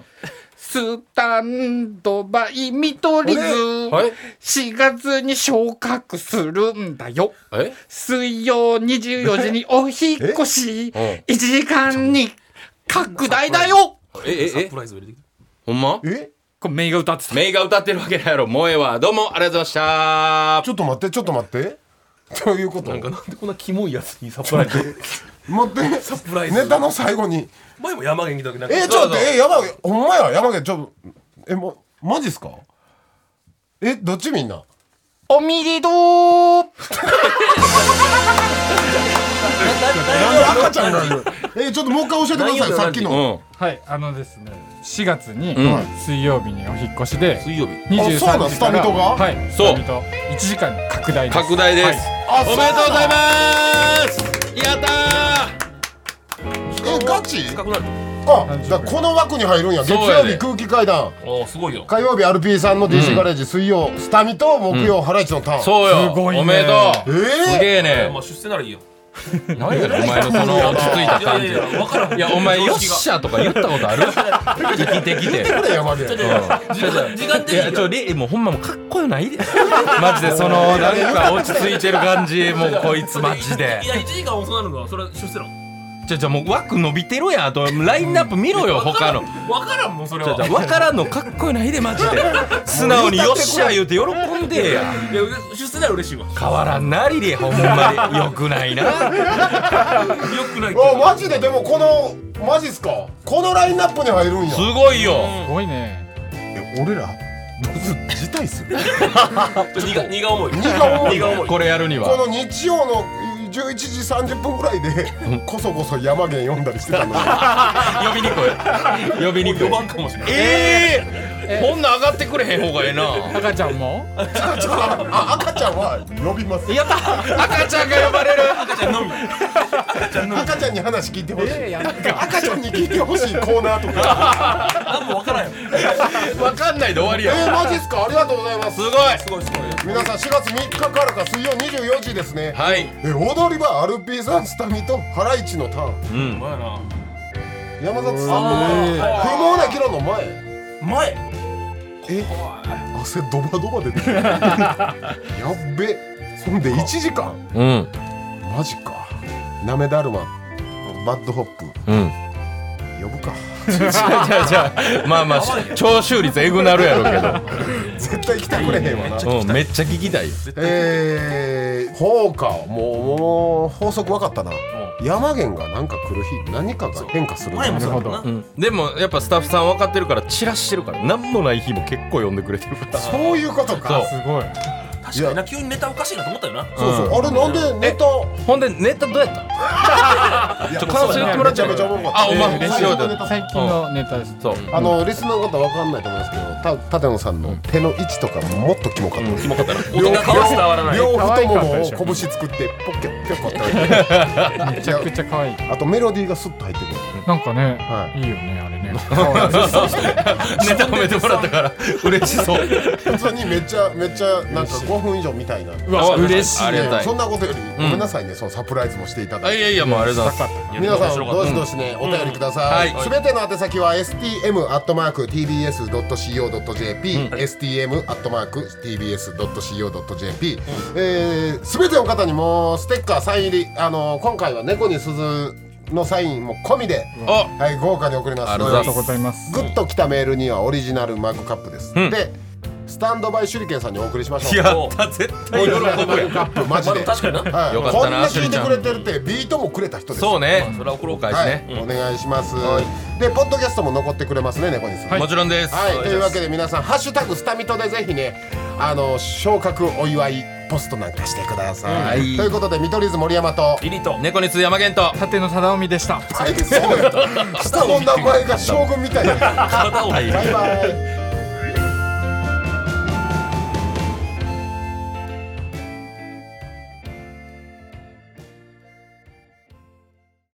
[SPEAKER 4] スタンドバイ見取り図。
[SPEAKER 3] はい
[SPEAKER 4] 4月に昇格するんだよ。
[SPEAKER 3] え
[SPEAKER 4] 水曜24時にお引っ越し
[SPEAKER 3] え
[SPEAKER 4] 1時間に拡大だよ
[SPEAKER 3] えええ
[SPEAKER 2] プライズを入れてきた
[SPEAKER 3] ほんま
[SPEAKER 1] え
[SPEAKER 4] これメイが歌って
[SPEAKER 3] メイが歌ってるわけないやろ萌えはどうもありがとうございました
[SPEAKER 1] ちょっと待ってちょっと待ってということ
[SPEAKER 2] なんかなんでこんなキモいやつにサプライズ
[SPEAKER 1] 待って
[SPEAKER 2] サプライズ
[SPEAKER 1] ネタの最後に
[SPEAKER 2] 前も山源来た時なんか
[SPEAKER 1] えー、ちょっと待ってえー、やばいほんまや山毛ちょっとえもマジっすかえどっちみんな
[SPEAKER 4] おみりどう
[SPEAKER 1] なんで赤ちゃんがいるえー、ちょっともう一回教えてくださいさっきの
[SPEAKER 3] うん
[SPEAKER 4] はいあのですね4月に
[SPEAKER 3] ん
[SPEAKER 4] 水曜日にお引っ越しで
[SPEAKER 3] 水曜日
[SPEAKER 1] あそうなん
[SPEAKER 4] 23時から
[SPEAKER 1] スタミトが
[SPEAKER 4] はい
[SPEAKER 3] そう
[SPEAKER 4] スタミト1時間に拡大です
[SPEAKER 3] 拡大です、
[SPEAKER 1] はいあ
[SPEAKER 3] おめでとうございますやった
[SPEAKER 1] えガチ
[SPEAKER 2] 近くなる
[SPEAKER 1] あだからこの枠に入るんや月
[SPEAKER 3] そうや
[SPEAKER 1] 曜
[SPEAKER 3] で
[SPEAKER 1] 日空気階段
[SPEAKER 2] おーすごいよ
[SPEAKER 1] 火曜日 RP さんの DC ガレージ、水曜スタミと木曜ハライチのターン、
[SPEAKER 3] ーそうよ
[SPEAKER 4] すごいね
[SPEAKER 3] おめでとう、すげ
[SPEAKER 1] え
[SPEAKER 3] え
[SPEAKER 2] えー
[SPEAKER 3] ね
[SPEAKER 2] まあ出世ならいいよ
[SPEAKER 3] 何やねんお前のその落ち着いた
[SPEAKER 2] いや
[SPEAKER 3] 感
[SPEAKER 2] い
[SPEAKER 3] じ
[SPEAKER 2] やいや分からん
[SPEAKER 3] いやお前よっ
[SPEAKER 2] 常識
[SPEAKER 3] しゃとか言ったことある生きてきて
[SPEAKER 1] えー、山毛
[SPEAKER 2] が時間的
[SPEAKER 3] い
[SPEAKER 2] に
[SPEAKER 3] やちょリもうほんまもうかっこよないでマジでそのなんか落ち着いてる感じもうこいつマジで
[SPEAKER 2] いや1時間遅なるのはそれは出世なの
[SPEAKER 3] じゃじゃもう枠伸びてるやんあとラインナップ見ろよ他の
[SPEAKER 2] 分からんもんそれ
[SPEAKER 3] じゃ
[SPEAKER 2] は
[SPEAKER 3] じゃ分からんのかっこよないでマジで素直によっしゃ言うて喜んでや
[SPEAKER 2] いや出世なら嬉しいわよ
[SPEAKER 3] 変わらんなりりほんまによくないな
[SPEAKER 2] くないけど
[SPEAKER 1] おマジででもこのマジっすかこのラインナップに入るんや
[SPEAKER 3] すごいよ
[SPEAKER 4] すごいね
[SPEAKER 1] 俺らどうする辞退する
[SPEAKER 2] ちょっと荷が荷が重い
[SPEAKER 1] 荷が重い
[SPEAKER 2] 荷が重い
[SPEAKER 3] これやるに
[SPEAKER 1] こ
[SPEAKER 3] は
[SPEAKER 1] の日曜の11時30分ぐらいでこそこそ山源読んだりして たのに
[SPEAKER 3] 呼びに来い呼びに来
[SPEAKER 2] 4
[SPEAKER 3] い
[SPEAKER 2] 番かもしれない
[SPEAKER 3] ええこんなん上がってくれへん方がええな
[SPEAKER 4] 赤ちゃんも
[SPEAKER 1] あ赤ちゃんは呼びます
[SPEAKER 3] やった赤ちゃんが呼ばれる
[SPEAKER 2] 赤ちゃんのみ
[SPEAKER 1] 赤ちゃんに話聞いてほしい、
[SPEAKER 4] えーや
[SPEAKER 1] 赤ちゃんに聞いてほしいコーナーとか
[SPEAKER 2] 何も分からんよ
[SPEAKER 3] 分かん ないで終わり
[SPEAKER 1] え
[SPEAKER 3] や
[SPEAKER 1] ー、マジっすかありがとうございます
[SPEAKER 3] すごい
[SPEAKER 2] すごいすごい
[SPEAKER 1] 皆さん4月3日からか水曜24時ですね
[SPEAKER 3] はい
[SPEAKER 1] え踊り場アルピーさんスタミとハライチのターン
[SPEAKER 3] うん
[SPEAKER 2] 前な
[SPEAKER 1] 山里さんの
[SPEAKER 2] えー
[SPEAKER 1] 不毛な議論の前
[SPEAKER 2] 前
[SPEAKER 1] え汗ドバドバ出てるやっべそんで1時間
[SPEAKER 3] うん
[SPEAKER 1] マジかなめだるまバッドホップ
[SPEAKER 3] うん
[SPEAKER 1] 呼ぶか
[SPEAKER 3] じゃあじゃあまあまあ徴収率えぐなるやろう
[SPEAKER 1] 絶対来てくれへんわな
[SPEAKER 3] けど、 うん、めっちゃ聞きたいよ
[SPEAKER 1] えー、ほうかもうもう法則分かったな山源が何か来る日何かが変化する
[SPEAKER 2] 前もそうだ
[SPEAKER 1] な
[SPEAKER 2] も
[SPEAKER 1] る
[SPEAKER 2] んな
[SPEAKER 3] でもやっぱスタッフさん分かってるから散らしてるから何もない日も結構呼んでくれてるから
[SPEAKER 1] ほどそういうことか
[SPEAKER 3] そう
[SPEAKER 4] すごい
[SPEAKER 2] 確かにな急にネタおかしいなと思ったよな
[SPEAKER 1] そうそう、あれなんでネタ
[SPEAKER 3] ほんでネタどうやった
[SPEAKER 1] いや
[SPEAKER 3] ちょ感想言ってもらっ
[SPEAKER 1] めちゃ
[SPEAKER 3] ても
[SPEAKER 1] めちゃおもろかった
[SPEAKER 3] あお前
[SPEAKER 1] えー
[SPEAKER 3] 面白
[SPEAKER 1] ネ
[SPEAKER 3] い
[SPEAKER 1] タ
[SPEAKER 4] 最近のネタです、
[SPEAKER 3] そう
[SPEAKER 1] あのリスナーの方わかんないと思いますけどた舘野さんの手の位置とかもっとキモかった、
[SPEAKER 2] キモかったな音が顔伝わらない
[SPEAKER 1] 両
[SPEAKER 4] 可
[SPEAKER 1] 太
[SPEAKER 4] 愛
[SPEAKER 1] も
[SPEAKER 4] かった
[SPEAKER 1] もを
[SPEAKER 4] でしょ
[SPEAKER 1] 拳作ってポッキャッピョコって
[SPEAKER 4] めちゃくちゃ可愛い
[SPEAKER 1] あとメロディーがスッと入ってくる
[SPEAKER 4] なんかね、、
[SPEAKER 1] はい
[SPEAKER 4] いよねあれね
[SPEAKER 3] ネタ褒めてもらったから嬉しそう
[SPEAKER 1] 普通にめっちゃめっちゃなんか5分以上みたいな
[SPEAKER 4] うわ嬉しい
[SPEAKER 3] ありがたい
[SPEAKER 1] そんなことよりごめんなさいね、そのサプライズもしていただ
[SPEAKER 3] あ
[SPEAKER 1] い
[SPEAKER 3] い
[SPEAKER 1] て
[SPEAKER 3] やいやもうありがとうございます
[SPEAKER 1] 皆さん
[SPEAKER 2] 面白かった
[SPEAKER 1] どしどしね、お便りください、
[SPEAKER 3] はい
[SPEAKER 1] すべての宛先は stm.tbs.co.jp、stm.tbs.co.jp えーすべ、ての方にもうステッカーサイン入りあの今回は猫に鈴のサインも込みで、
[SPEAKER 3] あ
[SPEAKER 1] はい、豪華に送ります
[SPEAKER 3] ありがとうご
[SPEAKER 4] ありがとうございます
[SPEAKER 1] グッときたメールにはオリジナルマグカップです、でスタンドバイ手裏剣さんにお送りしましょう
[SPEAKER 3] やった絶対
[SPEAKER 1] オ
[SPEAKER 3] 喜
[SPEAKER 1] リジナルマ
[SPEAKER 3] ぶ
[SPEAKER 1] グカ
[SPEAKER 3] や
[SPEAKER 1] ップマジ で、
[SPEAKER 2] 確かにな
[SPEAKER 1] はい、
[SPEAKER 3] よかったな
[SPEAKER 1] こんな聞いて
[SPEAKER 3] 朱里ちゃん
[SPEAKER 1] くれてるってビートもくれた人です
[SPEAKER 3] そうね
[SPEAKER 2] それは怒ろうか
[SPEAKER 3] 返し
[SPEAKER 1] はい、
[SPEAKER 3] ね
[SPEAKER 1] お願いします、でポッドキャストも残ってくれますね猫にさんはい、
[SPEAKER 3] もちろんです
[SPEAKER 1] というわけで皆さん「ハッシュタグスタミト」でぜひねあの昇格お祝いポストなんかしてください、
[SPEAKER 3] はい
[SPEAKER 1] ということで見取り図森山と
[SPEAKER 2] リリと
[SPEAKER 3] 猫に通山源と
[SPEAKER 4] 縦の忠臣でした
[SPEAKER 1] はいそうや下の名前が将軍みたいな
[SPEAKER 2] 体を
[SPEAKER 1] バイバイ